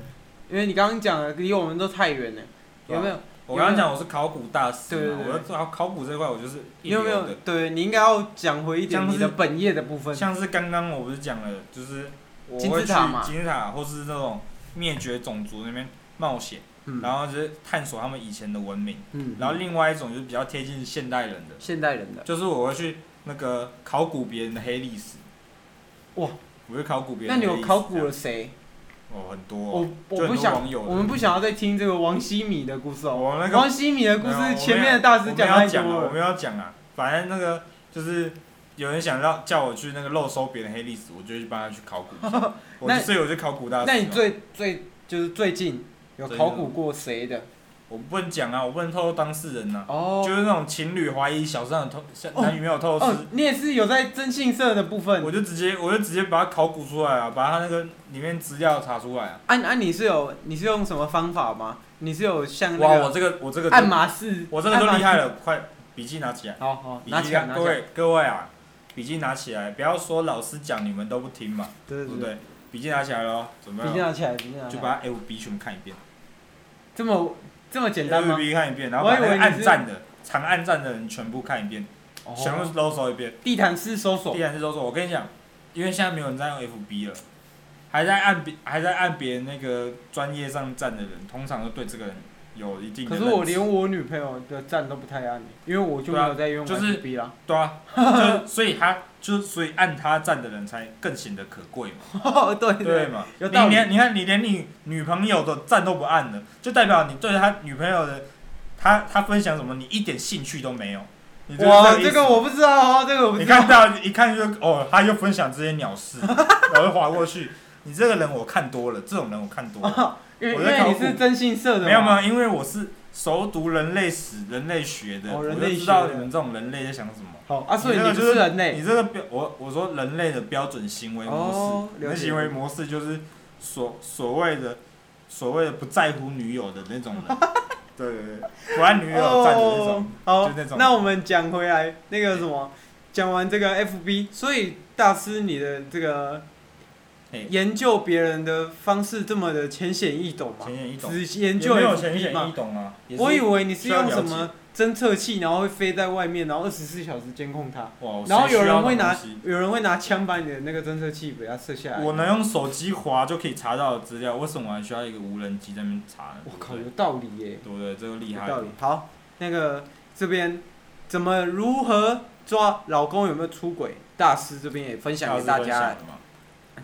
Speaker 1: 因为你刚刚讲的离我们都太远了，
Speaker 3: 啊
Speaker 1: 有没有？
Speaker 3: 我刚刚讲我是考古大师
Speaker 1: 对对
Speaker 3: 嘛，
Speaker 1: 对
Speaker 3: 我要考考古这块我就是
Speaker 1: 你
Speaker 3: 一流
Speaker 1: 有没有
Speaker 3: 的。？
Speaker 1: 对你应该要讲回一点
Speaker 3: 像是
Speaker 1: 你的本业的部分。
Speaker 3: 像是刚刚我不是讲了，就是我
Speaker 1: 金
Speaker 3: 会
Speaker 1: 字
Speaker 3: 去
Speaker 1: 塔嘛
Speaker 3: 金字塔或是那种灭绝种族那边冒险，
Speaker 1: 嗯
Speaker 3: 然后就是探索他们以前的文明。
Speaker 1: 嗯，
Speaker 3: 然后另外一种就是比较贴近现代人的，
Speaker 1: 现代人的
Speaker 3: 就是我会去那个考古别人的黑历史。
Speaker 1: 哇！
Speaker 3: 我会考古别人。
Speaker 1: 那你有考古了？谁？
Speaker 3: 哦，很多哦。
Speaker 1: 我
Speaker 3: 就
Speaker 1: 我
Speaker 3: 很
Speaker 1: 不
Speaker 3: 多
Speaker 1: 想
Speaker 3: 网，友的
Speaker 1: 我们不想要再听这个王希米的故事哦。
Speaker 3: 我那个
Speaker 1: 王希米的故
Speaker 3: 没有
Speaker 1: 事前面的大师讲太多
Speaker 3: 我们要讲啊，我
Speaker 1: 了。
Speaker 3: 们要讲啊，反正那个就是有人想让叫我去那个漏搜别人黑历史，我就去帮他去考古 一下。我
Speaker 1: 那
Speaker 3: 所以我就考古大师嘛。啊
Speaker 1: 那你最最就是最近有考古过谁的？
Speaker 3: 我不能讲啊，我不能透露当事人呐、啊
Speaker 1: 哦
Speaker 3: 就是那种情侣怀疑小三有偷小男女没有透露
Speaker 1: 哦
Speaker 3: 私，，
Speaker 1: 你也是有在征信社的部分
Speaker 3: 我。就直接我就直接把它考古出来啊，把他那个里面资料查出来啊。
Speaker 1: 按按你是有你是用什么方法吗？你是有像
Speaker 3: 哇，
Speaker 1: 那
Speaker 3: 我
Speaker 1: 个
Speaker 3: 这个我这个就
Speaker 1: 按马式？
Speaker 3: 我这个就
Speaker 1: 按马
Speaker 3: 厉
Speaker 1: 仕
Speaker 3: 害。了，快笔记拿起来，
Speaker 1: 好好，
Speaker 3: 笔
Speaker 1: 拿
Speaker 3: 记
Speaker 1: 起来，拿
Speaker 3: 各
Speaker 1: 起来。
Speaker 3: 位各位啊，笔记拿起来，不要说老师讲你们都不听嘛。
Speaker 1: 对
Speaker 3: 对
Speaker 1: 对
Speaker 3: 不
Speaker 1: 对，
Speaker 3: 对？笔记拿起来咯，准备
Speaker 1: 笔记
Speaker 3: 咯
Speaker 1: 拿起来，笔记拿起
Speaker 3: 就
Speaker 1: 来。
Speaker 3: 把 FB 全部看一遍，
Speaker 1: 这么这么简单吗？
Speaker 3: FB 看一遍，然后
Speaker 1: 我
Speaker 3: 把
Speaker 1: 以
Speaker 3: 那
Speaker 1: 为
Speaker 3: 个
Speaker 1: 你
Speaker 3: 按
Speaker 1: 是
Speaker 3: 赞的、常按赞的人全部看一遍，全部
Speaker 1: 哦，
Speaker 3: 搜索一遍。
Speaker 1: 地毯式搜索
Speaker 3: 必。然是搜索。我跟你讲，因为现在没有人在用 FB 了，还在按别还在按别人那个专业上赞的人，通常都对这个人有一定的
Speaker 1: 可
Speaker 3: 认
Speaker 1: 是
Speaker 3: 知。
Speaker 1: 我连我女朋友的赞都不太按，因为我就没有在用
Speaker 3: 对啊就是
Speaker 1: FB 啦。
Speaker 3: 对啊，就是 所以他就是所以按他赞的人才更显得可贵嘛，
Speaker 1: 哦对
Speaker 3: 对，嘛？
Speaker 1: 有
Speaker 3: 你
Speaker 1: 道理
Speaker 3: 连你看你连你女朋友的赞都不按了，就代表你对他女朋友的他他分享什么你一点兴趣都没有。你就是
Speaker 1: 哇，
Speaker 3: 意
Speaker 1: 这
Speaker 3: 思
Speaker 1: 个我不知道哦，这个我不
Speaker 3: 你
Speaker 1: 知道。
Speaker 3: 看到一看就哦，他又分享这些 鸟事，然后就划过去。你这个人我看多了，这种人我看多 了。
Speaker 1: 因为因
Speaker 3: 我在
Speaker 1: 为
Speaker 3: 考
Speaker 1: 你
Speaker 3: 古
Speaker 1: 是征信社的，
Speaker 3: 没有没有，？因为我是熟读人类史、人类学的，
Speaker 1: 哦人
Speaker 3: 我
Speaker 1: 类
Speaker 3: 就
Speaker 1: 学
Speaker 3: 知道你们这种人类在想什么。
Speaker 1: 好啊，所以
Speaker 3: 你这
Speaker 1: 你
Speaker 3: 个
Speaker 1: 不
Speaker 3: 就是
Speaker 1: 是人类
Speaker 3: 你这个标，我我说人类的标准行为模式，
Speaker 1: 哦了
Speaker 3: 那
Speaker 1: 解
Speaker 3: 行为模式就是所所谓的所谓的不在乎女友的那种人，对对对，不按女友站的那种。
Speaker 1: 哦。好
Speaker 3: 就那，种哎
Speaker 1: 那我们讲回来那个什么，讲完这个 FB，所以大师你的这个
Speaker 3: 嘿
Speaker 1: 研究别人的方式这么的浅显易懂吗？
Speaker 3: 浅显易懂
Speaker 1: 只研
Speaker 3: 也
Speaker 1: 究
Speaker 3: 没有
Speaker 1: FB
Speaker 3: 浅显
Speaker 1: 吗
Speaker 3: 易懂啊，也是
Speaker 1: 我以为你是
Speaker 3: 需要
Speaker 1: 用
Speaker 3: 了
Speaker 1: 什
Speaker 3: 解
Speaker 1: 么侦测器，然后会飞在外面，然后二十四小时监控它，
Speaker 3: 哇，
Speaker 1: 然后
Speaker 3: 哦谁需
Speaker 1: 有
Speaker 3: 要
Speaker 1: 人会
Speaker 3: 那种
Speaker 1: 拿
Speaker 3: 东西
Speaker 1: 有人会拿枪把你的那个侦测器给它射下来。
Speaker 3: 我能用手机滑就可以查到的资料，为什么我还需要一个无人机在那边查呢？
Speaker 1: 我靠，
Speaker 3: 对
Speaker 1: 有道理耶，
Speaker 3: 不对，对不对？这个厉
Speaker 1: 有
Speaker 3: 害
Speaker 1: 道理。好，那个这边怎么如何抓老公有没有出轨？大师这边也分享给大家。
Speaker 3: 嘛。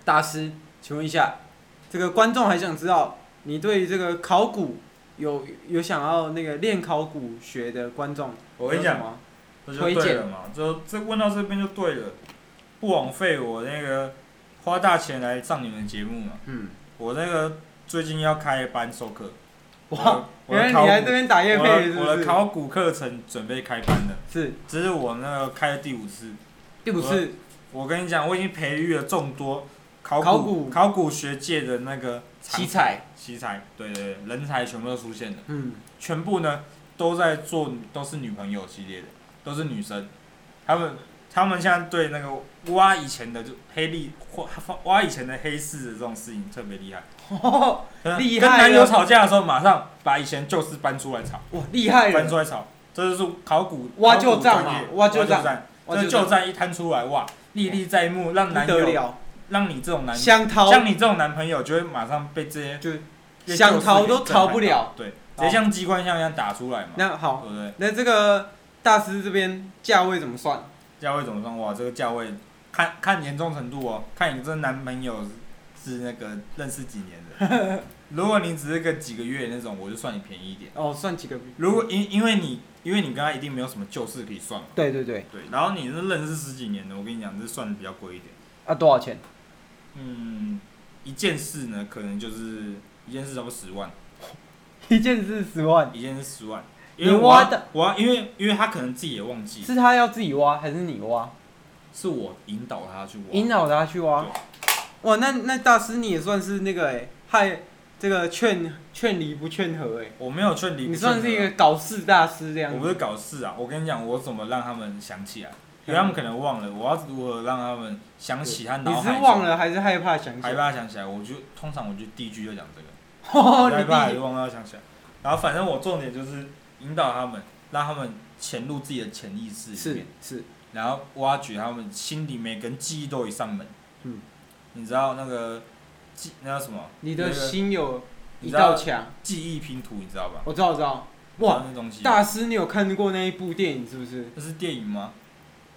Speaker 1: 大师，请问一下，这个观众还想知道你对于这个考古有有想要那个练考古学的观众，
Speaker 3: 我跟你讲
Speaker 1: 有什，么，
Speaker 3: 这就对了嘛，就这问到这边就对了，不枉费我那个花大钱来上你们节目嘛。
Speaker 1: 嗯，
Speaker 3: 我那个最近要开班授课，
Speaker 1: 哇，
Speaker 3: 我
Speaker 1: 原来
Speaker 3: 的我的考
Speaker 1: 你来这
Speaker 3: 古
Speaker 1: 边打夜
Speaker 3: 我
Speaker 1: 配是
Speaker 3: 的
Speaker 1: 不
Speaker 3: 我的
Speaker 1: 是？
Speaker 3: 考古课程准备开班了，
Speaker 1: 是
Speaker 3: 这是我那个开的第五次。
Speaker 1: 第五次
Speaker 3: 我跟你讲，我已经培育了众多考古
Speaker 1: 考古
Speaker 3: 考古学界的那个
Speaker 1: 奇才，
Speaker 3: 奇才，对对对，人才全部都出现了。
Speaker 1: 嗯，
Speaker 3: 全部呢都在做都是女朋友系列的，都是女生。他们他们现在对那个挖以前的就黑历或挖以前的黑事的这种事情特别厉害，
Speaker 1: 哇，厉害了啊
Speaker 3: 跟男友吵架的时候，马上把以前旧事搬出来吵，
Speaker 1: 厉害
Speaker 3: 搬
Speaker 1: 了，
Speaker 3: 出来吵。这就是考古
Speaker 1: 哎挖
Speaker 3: 考古
Speaker 1: 旧账
Speaker 3: 专
Speaker 1: 嘛
Speaker 3: 业
Speaker 1: 挖
Speaker 3: 挖
Speaker 1: 旧账
Speaker 3: 账，
Speaker 1: 哇
Speaker 3: 这
Speaker 1: 就
Speaker 3: 旧账一摊出来哇，历历在目，让
Speaker 1: 不
Speaker 3: 男
Speaker 1: 得
Speaker 3: 友
Speaker 1: 了，
Speaker 3: 让你这种男
Speaker 1: 想逃
Speaker 3: 像你这种男朋友就会马上被这些
Speaker 1: 就
Speaker 3: 被
Speaker 1: 想逃
Speaker 3: 旧事给
Speaker 1: 都逃不
Speaker 3: 震撼到
Speaker 1: 了，
Speaker 3: 对，直接像机关枪一样打出来嘛，对
Speaker 1: 那好，
Speaker 3: 不对？
Speaker 1: 那这个大师这边价位怎么算？
Speaker 3: 价位怎么算？哇，这个价位看看严重程度哦，看你这男朋友是那个认识几年的，如果你只是个几个月那种，我就算你便宜一点。
Speaker 1: 哦，算几个币？
Speaker 3: 如果因因为你因为你跟他一定没有什么旧事可以算嘛，
Speaker 1: 对对对，
Speaker 3: 对，然后你是认识十几年的，我跟你讲，这算的比较贵一点。
Speaker 1: 啊，多少钱？
Speaker 3: 嗯，一件事呢，可能就是一件事差不多十万，
Speaker 1: 一件是十万，
Speaker 3: 一件事十万，
Speaker 1: 你
Speaker 3: 因为我
Speaker 1: 挖的
Speaker 3: 要我要因为因为他可能自己也忘记，
Speaker 1: 是他要自己挖还是你挖？
Speaker 3: 是我引导他去
Speaker 1: 引
Speaker 3: 挖，
Speaker 1: 导他去挖。哇，那那大师你也算是那个哎、害这个劝劝离不劝和哎、
Speaker 3: 我没有劝离，
Speaker 1: 你算是一个，搞事大师这样
Speaker 3: 我不
Speaker 1: 子。
Speaker 3: 是搞事啊，我跟你讲，我怎么让他们想起来，
Speaker 1: 嗯
Speaker 3: 因为他们可能忘了，我要如何让他们想起他
Speaker 1: 你
Speaker 3: 脑
Speaker 1: 是
Speaker 3: 海中
Speaker 1: 忘。了还是害怕想起
Speaker 3: 害
Speaker 1: 来？
Speaker 3: 怕想起来，我就通常我就第一句就讲这个。
Speaker 1: 哦，
Speaker 3: 害
Speaker 1: 你
Speaker 3: 怕
Speaker 1: 弟
Speaker 3: 也忘了要想起来。然后反正我重点就是引导他们，让他们潜入自己的潜意识里
Speaker 1: 是
Speaker 3: 面，
Speaker 1: 是
Speaker 3: 然后挖掘他们心里每个人记忆都有一扇门。
Speaker 1: 嗯，
Speaker 3: 你知道那个记那叫什么？
Speaker 1: 你的
Speaker 3: 那个
Speaker 1: 心有
Speaker 3: 你
Speaker 1: 一
Speaker 3: 知道
Speaker 1: 道墙，
Speaker 3: 记忆拼图，你知道吧？
Speaker 1: 我知道我知道。哇，
Speaker 3: 那东西，
Speaker 1: 大师你有看过那一部电影是不是？
Speaker 3: 那是电影吗？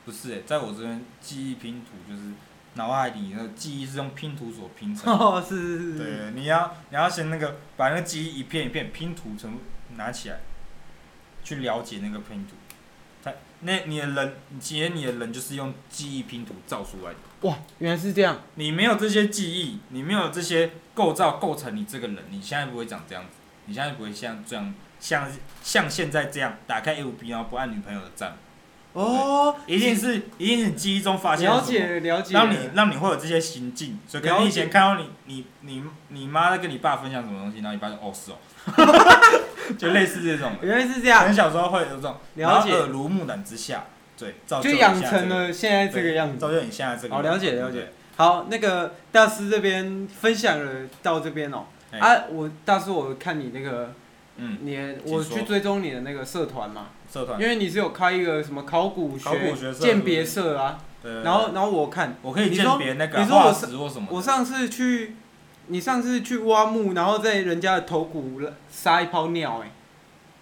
Speaker 3: 不是、欸，在我这边记忆拼图就是脑海里那个记忆是用拼图所拼成的。
Speaker 1: 哦，是是是是。
Speaker 3: 对，你要你要先那个把那个记忆一片一片拼图全部拿起来，去了解那个拼图。它那你的人，其实你的人就是用记忆拼图造出来的。
Speaker 1: 哇，原来是这样。
Speaker 3: 你没有这些记忆，你没有这些构造构成你这个人，你现在不会长这样子，你现在不会像这样像像现在这样打开 F B 然后不按女朋友的赞，
Speaker 1: 哦，
Speaker 3: 一定是一定是你记忆中发现了
Speaker 1: 了
Speaker 3: 什么。
Speaker 1: 解了解。
Speaker 3: 让你让你会有这些行径，所以可
Speaker 1: 了
Speaker 3: 能
Speaker 1: 解
Speaker 3: 你以前看到你你你你妈在跟你爸分享什么东西，然后你爸就哦是哦， 就类似这种的，
Speaker 1: 原来是这
Speaker 3: 可
Speaker 1: 样，
Speaker 3: 能小时候会有这种，
Speaker 1: 了解
Speaker 3: 然后耳濡目染之下，对，造就
Speaker 1: 就
Speaker 3: 你
Speaker 1: 养
Speaker 3: 现在
Speaker 1: 成
Speaker 3: 这个
Speaker 1: 了现在这个
Speaker 3: 对
Speaker 1: 样子。
Speaker 3: 造就你现在这个
Speaker 1: 哦
Speaker 3: 样子。
Speaker 1: 了解了
Speaker 3: 对
Speaker 1: 解。好，那个大师这边分享了到这边哦、
Speaker 3: 哎
Speaker 1: 啊，我大师，我看你那个，
Speaker 3: 嗯，
Speaker 1: 你的
Speaker 3: 请说
Speaker 1: 我去追踪你的那个社团嘛，
Speaker 3: 社团，
Speaker 1: 因为你是有开一个什么考古
Speaker 3: 考古学社
Speaker 1: 鉴别社啊，
Speaker 3: 对对对
Speaker 1: 然后然后我看
Speaker 3: 我可以
Speaker 1: 你
Speaker 3: 鉴
Speaker 1: 说
Speaker 3: 别那个
Speaker 1: 你说我
Speaker 3: 化
Speaker 1: 是
Speaker 3: 石或什么的。
Speaker 1: 我上次去，你上次去挖墓，然后在人家的头骨撒一泡尿、欸，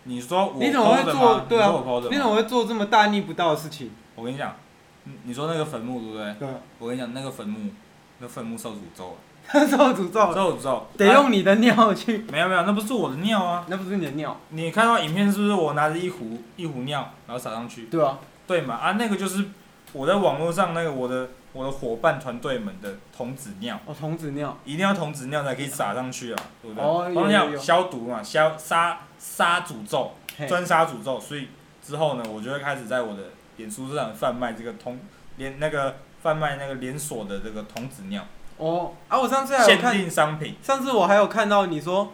Speaker 3: 你说我
Speaker 1: 你怎么会
Speaker 3: po 的吗
Speaker 1: 做对啊
Speaker 3: 你说我 po 的
Speaker 1: 你
Speaker 3: 吗
Speaker 1: 怎么会做这么大逆不道的事情？
Speaker 3: 我跟你讲，你你说那个坟墓对不对？
Speaker 1: 对，
Speaker 3: 我跟你讲，那个坟墓，那坟墓受诅咒了，
Speaker 1: 受诅咒，
Speaker 3: 受诅咒，
Speaker 1: 得
Speaker 3: 啊
Speaker 1: 用你的尿 去，
Speaker 3: 没有没有，那不是我的尿啊！
Speaker 1: 那不是你的尿，
Speaker 3: 你看到影片是不是我拿着一壶一壶尿，然后撒上去？
Speaker 1: 对吧、
Speaker 3: 对嘛？啊，那个就是我在网络上那个我的我的伙伴团队们的童子尿，
Speaker 1: 哦，童子尿，
Speaker 3: 一定要童子尿才可以撒上去啊，对不对？
Speaker 1: 哦有
Speaker 3: 童子
Speaker 1: 有有
Speaker 3: 尿消毒嘛，消杀杀诅咒，
Speaker 1: 嘿，
Speaker 3: 专杀诅咒。所以之后呢，我就会开始在我的脸书上贩卖这个童连那个贩卖那个连锁的这个童子尿
Speaker 1: 哦，啊，我上次还有
Speaker 3: 限
Speaker 1: 看。
Speaker 3: 定商品，
Speaker 1: 上次我还有看到你说，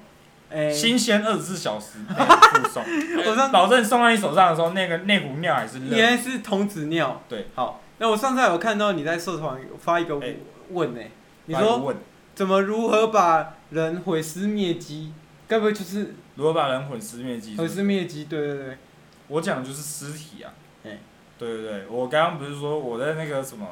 Speaker 1: 哎、
Speaker 3: 新鲜二十四小时内附送。
Speaker 1: 我上
Speaker 3: 保证送到你手上的时候，那个那股尿还是热
Speaker 1: 原来
Speaker 3: 的。
Speaker 1: 是童子尿。
Speaker 3: 对，
Speaker 1: 好，那我上次还有看到你在社团有发一个
Speaker 3: 哎
Speaker 1: 问呢、你
Speaker 3: 不然
Speaker 1: 说
Speaker 3: 问
Speaker 1: 怎么如何把人毁尸灭迹？该不会就是
Speaker 3: 如何把人毁尸灭迹？
Speaker 1: 毁尸灭迹？对对对，
Speaker 3: 我讲的就是尸体啊。
Speaker 1: 哎
Speaker 3: 对对对，我刚刚不是说我在那个什么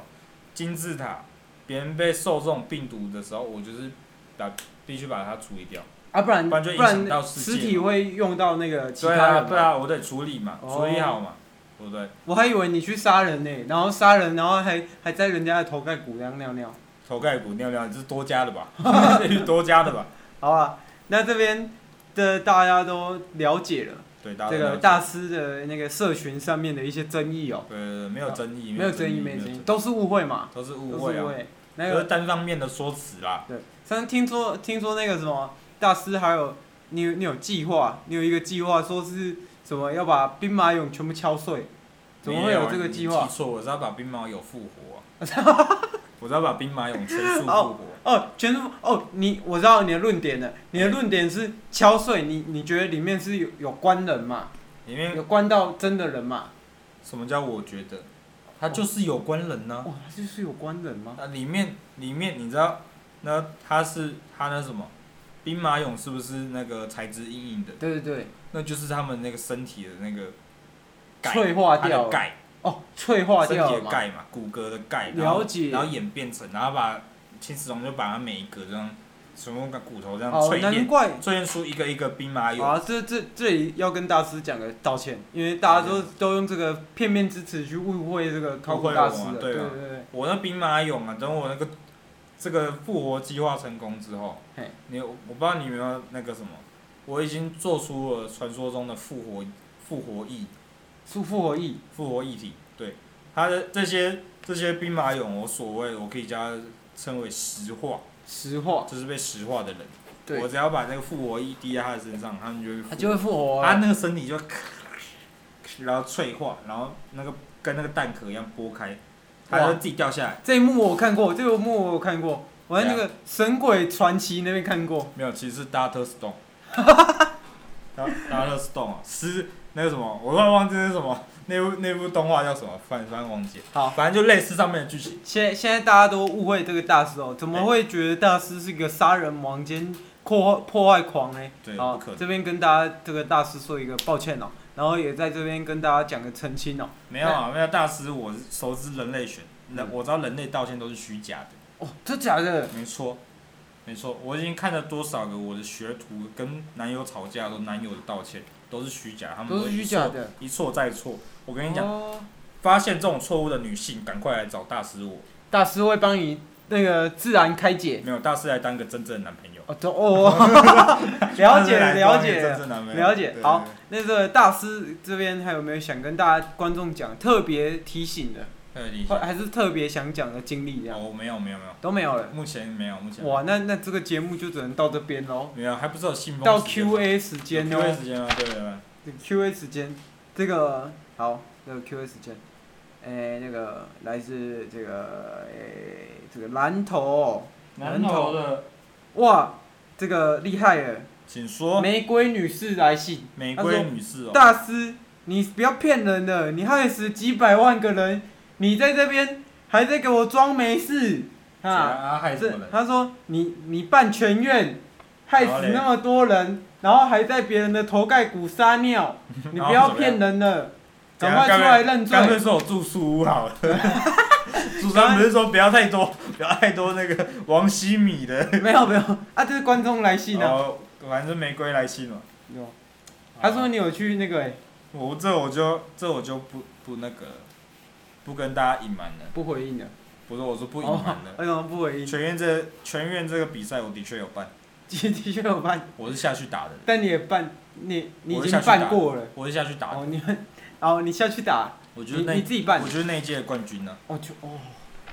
Speaker 3: 金字塔，别人被受这种病毒的时候，我就是把必须把它处理掉。
Speaker 1: 啊，不然
Speaker 3: 不然就影响到世界
Speaker 1: 尸体会用到那个其他
Speaker 3: 对
Speaker 1: 人
Speaker 3: 啊
Speaker 1: 嘛
Speaker 3: 对啊，我得处理嘛，
Speaker 1: 哦
Speaker 3: 处理好嘛，对不对？
Speaker 1: 我还以为你去杀人呢、然后杀人，然后还还在人家的头盖骨那样尿尿。
Speaker 3: 头盖骨尿尿，这是多加的 吧？这是多加的吧？
Speaker 1: 好啊，那这边的大家都了解了。
Speaker 3: 对，大家
Speaker 1: 这
Speaker 3: 都了
Speaker 1: 个
Speaker 3: 解
Speaker 1: 大师的那个社群上面的一些争议哦，
Speaker 3: 对对对，没有争议，
Speaker 1: 没有争议，没
Speaker 3: 没
Speaker 1: 有
Speaker 3: 有
Speaker 1: 争议，
Speaker 3: 议，
Speaker 1: 都是误会嘛，
Speaker 3: 都是
Speaker 1: 都是
Speaker 3: 误
Speaker 1: 误
Speaker 3: 会啊，
Speaker 1: 会。那
Speaker 3: 都是
Speaker 1: 个
Speaker 3: 单方面的说辞啦。
Speaker 1: 对，上次听说听说那个什么大师还有你有你有计划，你有一个计划说是什么要把兵马俑全部敲碎，怎么会有这个计
Speaker 3: 没有
Speaker 1: 划
Speaker 3: 你？记错，我是要把兵马俑复活、我是要把兵马俑全数复活。
Speaker 1: 哦，全是哦，你我知道你的论点了，你的论点是敲碎，你你觉得里面是有有关人嘛，
Speaker 3: 里面
Speaker 1: 有关到真的人嘛？
Speaker 3: 什么叫我觉得？它就是有关人呢、
Speaker 1: 哇，就是有关人吗？
Speaker 3: 啊。里面里面你知道，那它是它那什么？兵马俑是不是那个材质硬硬的？
Speaker 1: 对对对，
Speaker 3: 那就是他们那个身体的那个钙
Speaker 1: 脆化
Speaker 3: 它的
Speaker 1: 掉了
Speaker 3: 钙，
Speaker 1: 哦，脆化
Speaker 3: 身
Speaker 1: 掉
Speaker 3: 体
Speaker 1: 了
Speaker 3: 的
Speaker 1: 嘛。
Speaker 3: 钙嘛，骨骼的钙，然后
Speaker 1: 了解
Speaker 3: 然后演变成，然后把秦始皇就把它每一个这样全部把骨头这样
Speaker 1: 哦，
Speaker 3: 淬
Speaker 1: 难
Speaker 3: 炼，
Speaker 1: 怪
Speaker 3: 淬炼出一个一个兵马俑。
Speaker 1: 啊，这这这里要跟大师讲个道歉，因为大家都都用这个片面之词去误会这个考古大师
Speaker 3: 误会我
Speaker 1: 了。
Speaker 3: 啊
Speaker 1: 对
Speaker 3: 对
Speaker 1: 对
Speaker 3: 啊
Speaker 1: 对，
Speaker 3: 我那兵马俑啊，等我那个这个复活计划成功之后
Speaker 1: 嘿，
Speaker 3: 你我不知道你有没有那个什么，我已经做出了传说中的复活复活翼
Speaker 1: 苏复活义
Speaker 3: 复活一体，对它的这些这些兵马俑，我所谓我可以将它称为石化，
Speaker 1: 石化，
Speaker 3: 就是被石化的人。
Speaker 1: 对
Speaker 3: 我，只要把那个复活液滴在他的身上，他们就会复
Speaker 1: 他就会复活
Speaker 3: 他
Speaker 1: 啊。
Speaker 3: 那个身体就咔，然后脆化，然后那个跟那个蛋壳一样剥开，它就自己掉下来。
Speaker 1: 这一幕我看过，这一幕我有看过，我在那个《神鬼传奇》那边看过。
Speaker 3: 没有，其实是 Data Stone。Data Stone 啊，是那个什么，我突然忘记那是什么，那部那部动画叫什么，反反正忘记了。
Speaker 1: 好，
Speaker 3: 反正就类似上面的剧情。
Speaker 1: 现在现在大家都误会这个大师哦，怎么
Speaker 3: 对
Speaker 1: 会觉得大师是一个杀人魔兼破坏破坏狂呢？
Speaker 3: 对，
Speaker 1: 好
Speaker 3: 不可，能。
Speaker 1: 这边跟大家这个大师说一个抱歉哦，然后也在这边跟大家讲个澄清哦。
Speaker 3: 没有啊，没有大师，我是熟知人类学，那
Speaker 1: 嗯
Speaker 3: 我知道人类道歉都是虚假的。
Speaker 1: 哦，真假的？
Speaker 3: 没错，没错，我已经看了多少个我的学徒跟男友吵架的时候，男友的道歉都是虚假，他们
Speaker 1: 都是
Speaker 3: 会一
Speaker 1: 虚假
Speaker 3: 错，
Speaker 1: 的。
Speaker 3: 一错再错。我跟你讲，
Speaker 1: 哦
Speaker 3: 发现这种错误的女性，赶快来找大师我。
Speaker 1: 大师会帮你那个自然开解。
Speaker 3: 没有，大师来当个真正的男朋友。
Speaker 1: 哦，懂哦， 了解
Speaker 3: 大师来
Speaker 1: 了
Speaker 3: 当一个
Speaker 1: 解
Speaker 3: 真正的男朋友
Speaker 1: 了解
Speaker 3: 对
Speaker 1: 好那个大师这边还有没有想跟大家观众讲特别提醒的，
Speaker 3: 对对对
Speaker 1: 或
Speaker 3: 对
Speaker 1: 还是特别想讲的经历这样
Speaker 3: 哦，没有没有没有，
Speaker 1: 都没有了？
Speaker 3: 目前没有，目前没有
Speaker 1: 哇，那那这个节目就只能到这边喽，
Speaker 3: 没有，还不是有信封
Speaker 1: 到
Speaker 3: 时间吗
Speaker 1: Q A 时间
Speaker 3: 有 Q&A
Speaker 1: 哦
Speaker 3: 时间吗？对对对，
Speaker 1: ，Q A 时间，这个好，这个 Q A 时间，哎，那个来自这个哎这个蓝头，南投
Speaker 3: 的，
Speaker 1: 哇，这个厉害了，
Speaker 3: 请说。
Speaker 1: 玫瑰女士来信。
Speaker 3: 玫
Speaker 1: 他
Speaker 3: 瑰
Speaker 1: 说
Speaker 3: 女士哦，
Speaker 1: 大师，你不要骗人了，你害死几百万个人，你在这边还在给我装没事
Speaker 3: 谁
Speaker 1: 啊？
Speaker 3: 啊，害什
Speaker 1: 这
Speaker 3: 么人？
Speaker 1: 他说你你办全院，害
Speaker 3: 然后
Speaker 1: 死
Speaker 3: 嘞
Speaker 1: 那么多人，然后还在别人的头盖骨撒 尿，你不要骗人了，赶快出来认
Speaker 3: 干脆
Speaker 1: 罪。
Speaker 3: 说我住宿屋好 了。主持人不是说不要太多， 不要太多那个王希米的。
Speaker 1: 没有没有啊，这是观众来信
Speaker 3: 然
Speaker 1: 啊。
Speaker 3: 后反正玫瑰来信嘛。
Speaker 1: 有他说
Speaker 3: 啊
Speaker 1: 你有去那个、欸、
Speaker 3: 我这我就这我就不不那个，不跟大家隐瞒了。
Speaker 1: 不回应的，
Speaker 3: 不是我说不隐
Speaker 1: 哦
Speaker 3: 瞒，了。
Speaker 1: 为什么不回应？
Speaker 3: 全院这全院这个比赛我的确有办，
Speaker 1: 的的确有办，
Speaker 3: 我是下去打的，
Speaker 1: 但你也办，你你已
Speaker 3: 我是
Speaker 1: 经
Speaker 3: 下去
Speaker 1: 办
Speaker 3: 打
Speaker 1: 过了。
Speaker 3: 我是下去打的。
Speaker 1: 哦，你们，哦，你下去打，
Speaker 3: 我觉
Speaker 1: 你
Speaker 3: 得那
Speaker 1: 你自己办
Speaker 3: 我。觉得那一届的冠军呢，
Speaker 1: 哦，就哦，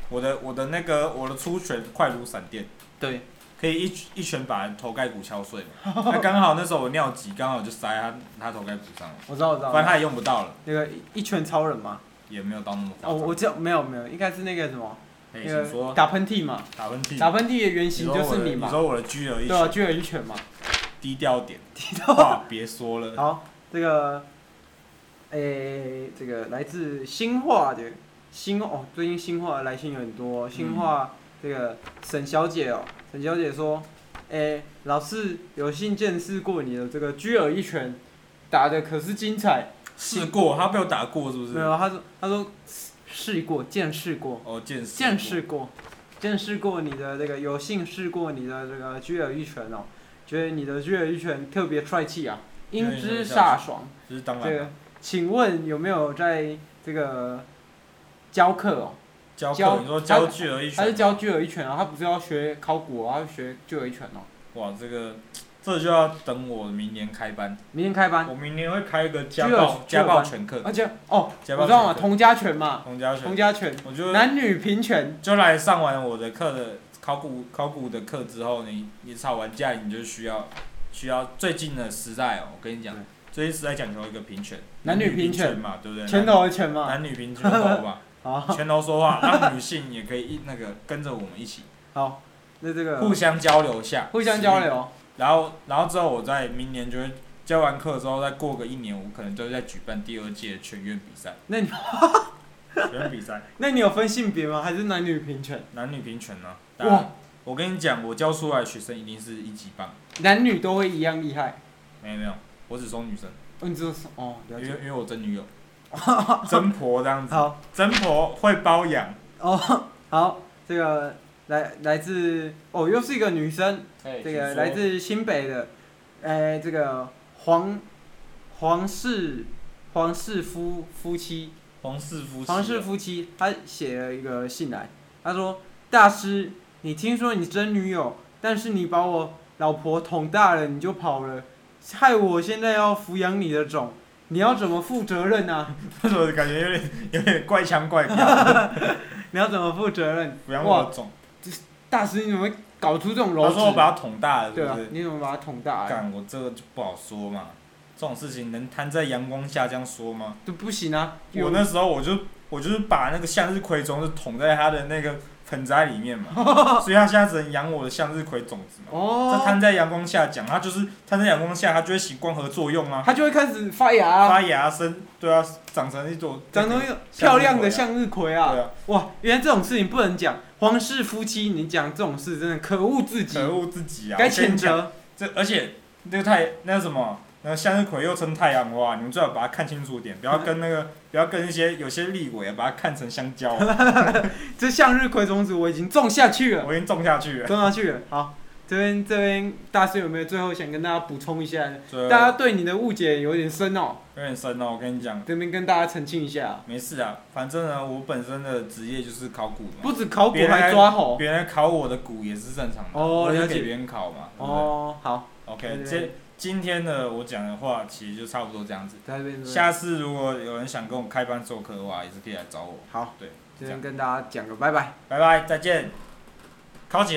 Speaker 3: 我的我的那个我的出拳快如闪电。
Speaker 1: 对，
Speaker 3: 可以一拳一拳把头盖骨敲 碎嘛。那刚好那时候我尿急，刚好就塞他他头盖骨上了，
Speaker 1: 我知道，我知道
Speaker 3: 不。然他也用不到了，
Speaker 1: 那个一一拳超人嘛，
Speaker 3: 也没有到那么夸
Speaker 1: 哦，
Speaker 3: 张。
Speaker 1: 我知道没有没有，应该是那个什么，
Speaker 3: 哎，
Speaker 1: 那
Speaker 3: 请
Speaker 1: 个
Speaker 3: 说
Speaker 1: 打喷嚏 嘛，
Speaker 3: 打喷嚏，
Speaker 1: 打喷嚏的原型
Speaker 3: 说
Speaker 1: 就
Speaker 3: 我
Speaker 1: 是
Speaker 3: 的
Speaker 1: 你
Speaker 3: 你
Speaker 1: 嘛，
Speaker 3: 说我的狙了一
Speaker 1: 对啊，
Speaker 3: 拳，
Speaker 1: 就有一拳嘛。
Speaker 3: 低调 点，低调话别说了。
Speaker 1: 好，这个，诶，这个来自新化的新哦，最近新化的来信有很多哦，新
Speaker 3: 嗯
Speaker 1: 化这个沈小姐哦，沈小姐说，诶，老师有幸见识过你的这个狙尔一拳，打的可是精彩。
Speaker 3: 试过，他被我打过是不
Speaker 1: 没
Speaker 3: 是？
Speaker 1: 有，他说他说试过，见识过，
Speaker 3: 哦，见识
Speaker 1: 见识过，见识过你的这个有幸试过你的这个居尔一拳哦，觉得你的居尔一拳特别帅气啊，英姿飒爽。
Speaker 3: 过就是当
Speaker 1: 这
Speaker 3: 然
Speaker 1: 个
Speaker 3: 了，
Speaker 1: 请问有没有在这个教课哦？
Speaker 3: 教
Speaker 1: 教
Speaker 3: 课你说教狙了一
Speaker 1: 他是
Speaker 3: 拳，
Speaker 1: 教居尔一拳啊，他不是要学考古啊，他是学居尔一拳哦。
Speaker 3: 哇，这个这就要等我明年开班，
Speaker 1: 明天开班，
Speaker 3: 我明年会开一个家
Speaker 1: 狙了
Speaker 3: 暴
Speaker 1: 狙了
Speaker 3: 家暴
Speaker 1: 班
Speaker 3: 拳课，
Speaker 1: 而且哦，
Speaker 3: 家
Speaker 1: 我
Speaker 3: 暴
Speaker 1: 知道嘛，
Speaker 3: 拳课，
Speaker 1: 童家拳嘛，
Speaker 3: 童家
Speaker 1: 童
Speaker 3: 拳，
Speaker 1: 家拳，
Speaker 3: 我就
Speaker 1: 男女平权。
Speaker 3: 就来上完我的课的考古考古的课之后，你你吵完架，你就需要需要最近的时代哦，我跟你讲
Speaker 1: 对，
Speaker 3: 最近时代讲求一个平权，
Speaker 1: 男女平权
Speaker 3: 权嘛，对不对？
Speaker 1: 拳头的拳嘛，
Speaker 3: 男女平权好 吧，
Speaker 1: 好
Speaker 3: 拳头说话，让女性也可以一那个跟着我们一起
Speaker 1: 好，那这个
Speaker 3: 互相交流一下，
Speaker 1: 啊互相交。流。
Speaker 3: 然后然后之后我在明年就会教完课之后，再过个一年，我可能就会再举办第二届全院比赛。
Speaker 1: 那 你
Speaker 3: 全院比赛，
Speaker 1: 那你有分性别吗？还是男女平权？
Speaker 3: 男女平权呢、啊？
Speaker 1: 哇
Speaker 3: 哇！我跟你讲，我教出来的学生一定是一级棒。
Speaker 1: 男女都会一样厉害。
Speaker 3: 没有没有，我只收女生，
Speaker 1: 哦，你这是哦，
Speaker 3: 因
Speaker 1: 了
Speaker 3: 为
Speaker 1: 解。
Speaker 3: 因为我真女友，真婆这样子，
Speaker 1: 好
Speaker 3: 真婆会包养，
Speaker 1: 哦，好，这个来来自哦，又是一个女生，
Speaker 3: 这
Speaker 1: 这个来自新北的，呃，这个黄黄氏黄氏夫夫妻，
Speaker 3: 黄氏夫妻，啊
Speaker 1: 黄氏夫妻，他写了一个信来，他说：“大师，你听说你真女友，但是你把我老婆捅大了，你就跑了，害我现在要抚养你的种，你要怎么负责任啊？
Speaker 3: 为什么感觉有点有点怪腔怪调？
Speaker 1: 你要怎么负责任？
Speaker 3: 不要
Speaker 1: 哇
Speaker 3: 我肿，
Speaker 1: 大师，你怎么会搞出这种
Speaker 3: 他
Speaker 1: 篓
Speaker 3: 说我把
Speaker 1: 子？
Speaker 3: 他捅大了，
Speaker 1: 对
Speaker 3: 是
Speaker 1: 啊
Speaker 3: 不，是？
Speaker 1: 你怎么把他捅大啊了？
Speaker 3: 干，我这个就不好说嘛。这种事情能摊在阳光下这样说吗？
Speaker 1: 就不行啊！有
Speaker 3: 我那时候我就我就是把那个向日葵种子捅在他的那个盆栽里面 嘛，所以他现在只能养我的向日葵种子嘛。这
Speaker 1: 哦，
Speaker 3: 摊在阳光下讲，它就是摊在阳光下，它就会起光合作用啊，
Speaker 1: 他就会开始发芽啊，
Speaker 3: 发芽生，对啊，长成一朵
Speaker 1: 长成一个漂亮的向日葵啊！
Speaker 3: 对啊，
Speaker 1: 哇，原来这种事情不能讲，皇室夫妻你讲这种事真的可恶至极，
Speaker 3: 可恶自己啊！
Speaker 1: 该
Speaker 3: 我跟
Speaker 1: 谴
Speaker 3: 你讲。
Speaker 1: 责。
Speaker 3: 这而且那个太那个什么，那个向日葵又称太阳花，你们最好把它看清楚点，不要跟那个不要跟一些有些立委啊把它看成 香蕉，
Speaker 1: 这向日葵种子我已经种下去了，
Speaker 3: 我已经种下去了。
Speaker 1: 种下去了。好，这边这边大师有没有最后想跟大家补充一下？
Speaker 3: 这
Speaker 1: 大家对你的误解有点深哦，
Speaker 3: 有点深哦，我跟你讲，
Speaker 1: 这边跟大家澄清一下，
Speaker 3: 没事啊，反正呢，我本身的职业就是考古嘛，
Speaker 1: 不止考古
Speaker 3: 别来
Speaker 1: 还抓猴。
Speaker 3: 别人考我的骨也是正常的，
Speaker 1: 哦
Speaker 3: 我
Speaker 1: 了
Speaker 3: 也
Speaker 1: 解
Speaker 3: 给别人考嘛，对不对、
Speaker 1: 哦，好，
Speaker 3: o
Speaker 1: 对
Speaker 3: k
Speaker 1: 对
Speaker 3: 这今天呢，我讲的话其实就差不多这样子。
Speaker 1: 在这边
Speaker 3: 下次如果有人想跟我开班授课的话，也是可以来找我。
Speaker 1: 好，
Speaker 3: 对，
Speaker 1: 这边跟大家讲个拜拜。
Speaker 3: 拜拜，再见，考起来。